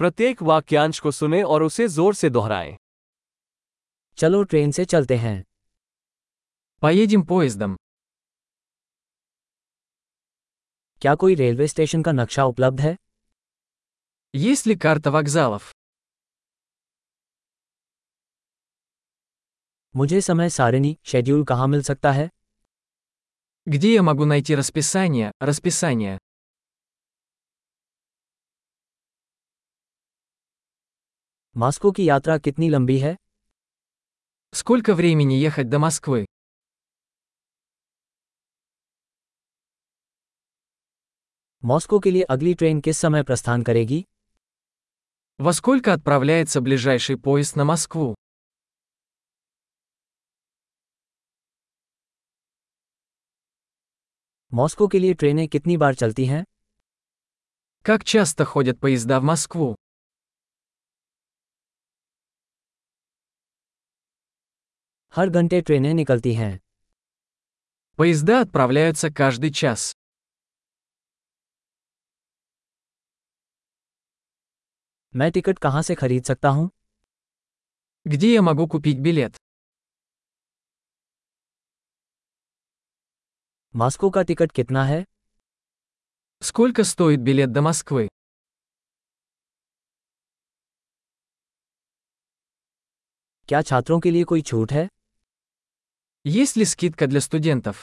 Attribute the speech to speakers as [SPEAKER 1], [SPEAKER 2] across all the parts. [SPEAKER 1] प्रत्येक वाक्यांश को सुने और उसे जोर से दोहराएं
[SPEAKER 2] चलो ट्रेन से चलते हैं
[SPEAKER 3] Поедем поездом.
[SPEAKER 2] क्या कोई रेलवे स्टेशन का नक्शा उपलब्ध है
[SPEAKER 3] Есть ли карта вокзалов?
[SPEAKER 2] मुझे समय सारिणी शेड्यूल कहाँ मिल सकता है
[SPEAKER 3] Где я могу найти расписание, расписание?
[SPEAKER 2] मास्को की यात्रा कितनी लंबी है
[SPEAKER 3] Сколько времени ехать до Москвы?
[SPEAKER 2] मॉस्को के लिए अगली ट्रेन किस समय प्रस्थान करेगी
[SPEAKER 3] Во сколько отправляется ближайший поезд на Москву?
[SPEAKER 2] मॉस्को के लिए ट्रेनें कितनी बार चलती हैं
[SPEAKER 3] Как часто ходят поезда в Москву?
[SPEAKER 2] हर घंटे ट्रेनें निकलती हैं
[SPEAKER 3] Поезда отправляются каждый час.
[SPEAKER 2] मैं टिकट कहाँ से खरीद सकता हूँ
[SPEAKER 3] Где я могу купить билет?
[SPEAKER 2] मॉस्को का टिकट कितना है
[SPEAKER 3] Сколько стоит билет до Москвы?
[SPEAKER 2] क्या छात्रों के लिए कोई छूट है
[SPEAKER 3] Есть ли скидка для студентов?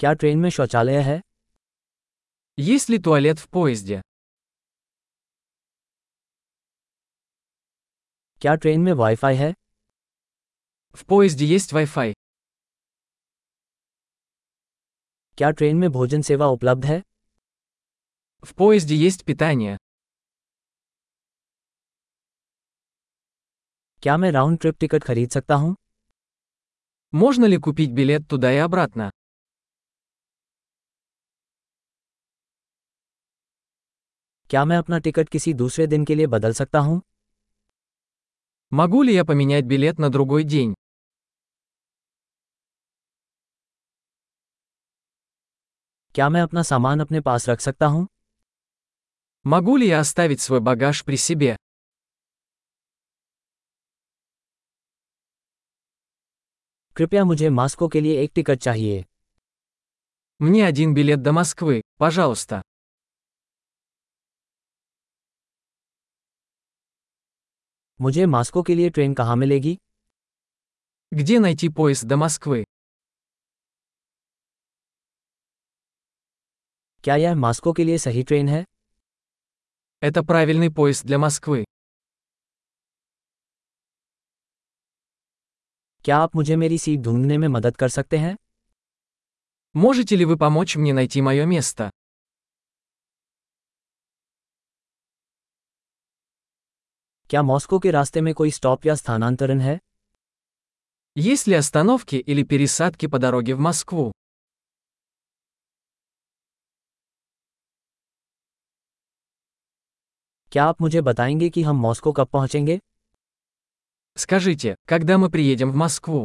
[SPEAKER 2] क्या ट्रेन में शौचालय है
[SPEAKER 3] Есть ли туалет в поезде?
[SPEAKER 2] क्या ट्रेन में वाईफाई है
[SPEAKER 3] В поезде есть Wi-Fi.
[SPEAKER 2] क्या ट्रेन में भोजन सेवा उपलब्ध है
[SPEAKER 3] В поезде есть питание.
[SPEAKER 2] क्या मैं राउंड ट्रिप टिकट खरीद सकता हूँ
[SPEAKER 3] Можно ли купить билет туда и обратно?
[SPEAKER 2] क्या मैं अपना टिकट किसी दूसरे दिन के लिए बदल सकता हूँ
[SPEAKER 3] Могу ли я поменять билет на другой день?
[SPEAKER 2] क्या मैं अपना सामान अपने पास रख सकता हूँ
[SPEAKER 3] Могу ли я оставить свой багаж при себе?
[SPEAKER 2] कृपया मुझे मास्को के लिए एक टिकट चाहिए
[SPEAKER 3] Мне один билет до Москвы, пожалуйста.
[SPEAKER 2] मुझे मास्को के लिए ट्रेन कहाँ मिलेगी
[SPEAKER 3] Где найти поезд до Москвы?
[SPEAKER 2] क्या यह मास्को के लिए सही ट्रेन है
[SPEAKER 3] Это правильный поезд для Москвы.
[SPEAKER 2] क्या आप मुझे मेरी सीट ढूंढने में मदद कर सकते हैं
[SPEAKER 3] Можете ли вы помочь мне найти мое место?
[SPEAKER 2] क्या मॉस्को के रास्ते में कोई स्टॉप या स्थानांतरण है
[SPEAKER 3] Есть ли остановки или пересадки по дороге в Москву?
[SPEAKER 2] क्या आप मुझे बताएंगे कि हम मॉस्को कब पहुंचेंगे
[SPEAKER 3] Скажите, когда мы приедем в Москву?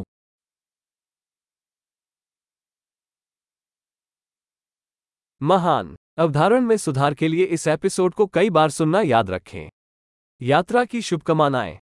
[SPEAKER 1] महान अवधारण में सुधार के लिए इस एपिसोड को कई बार सुनना याद रखें यात्रा की शुभकामनाएं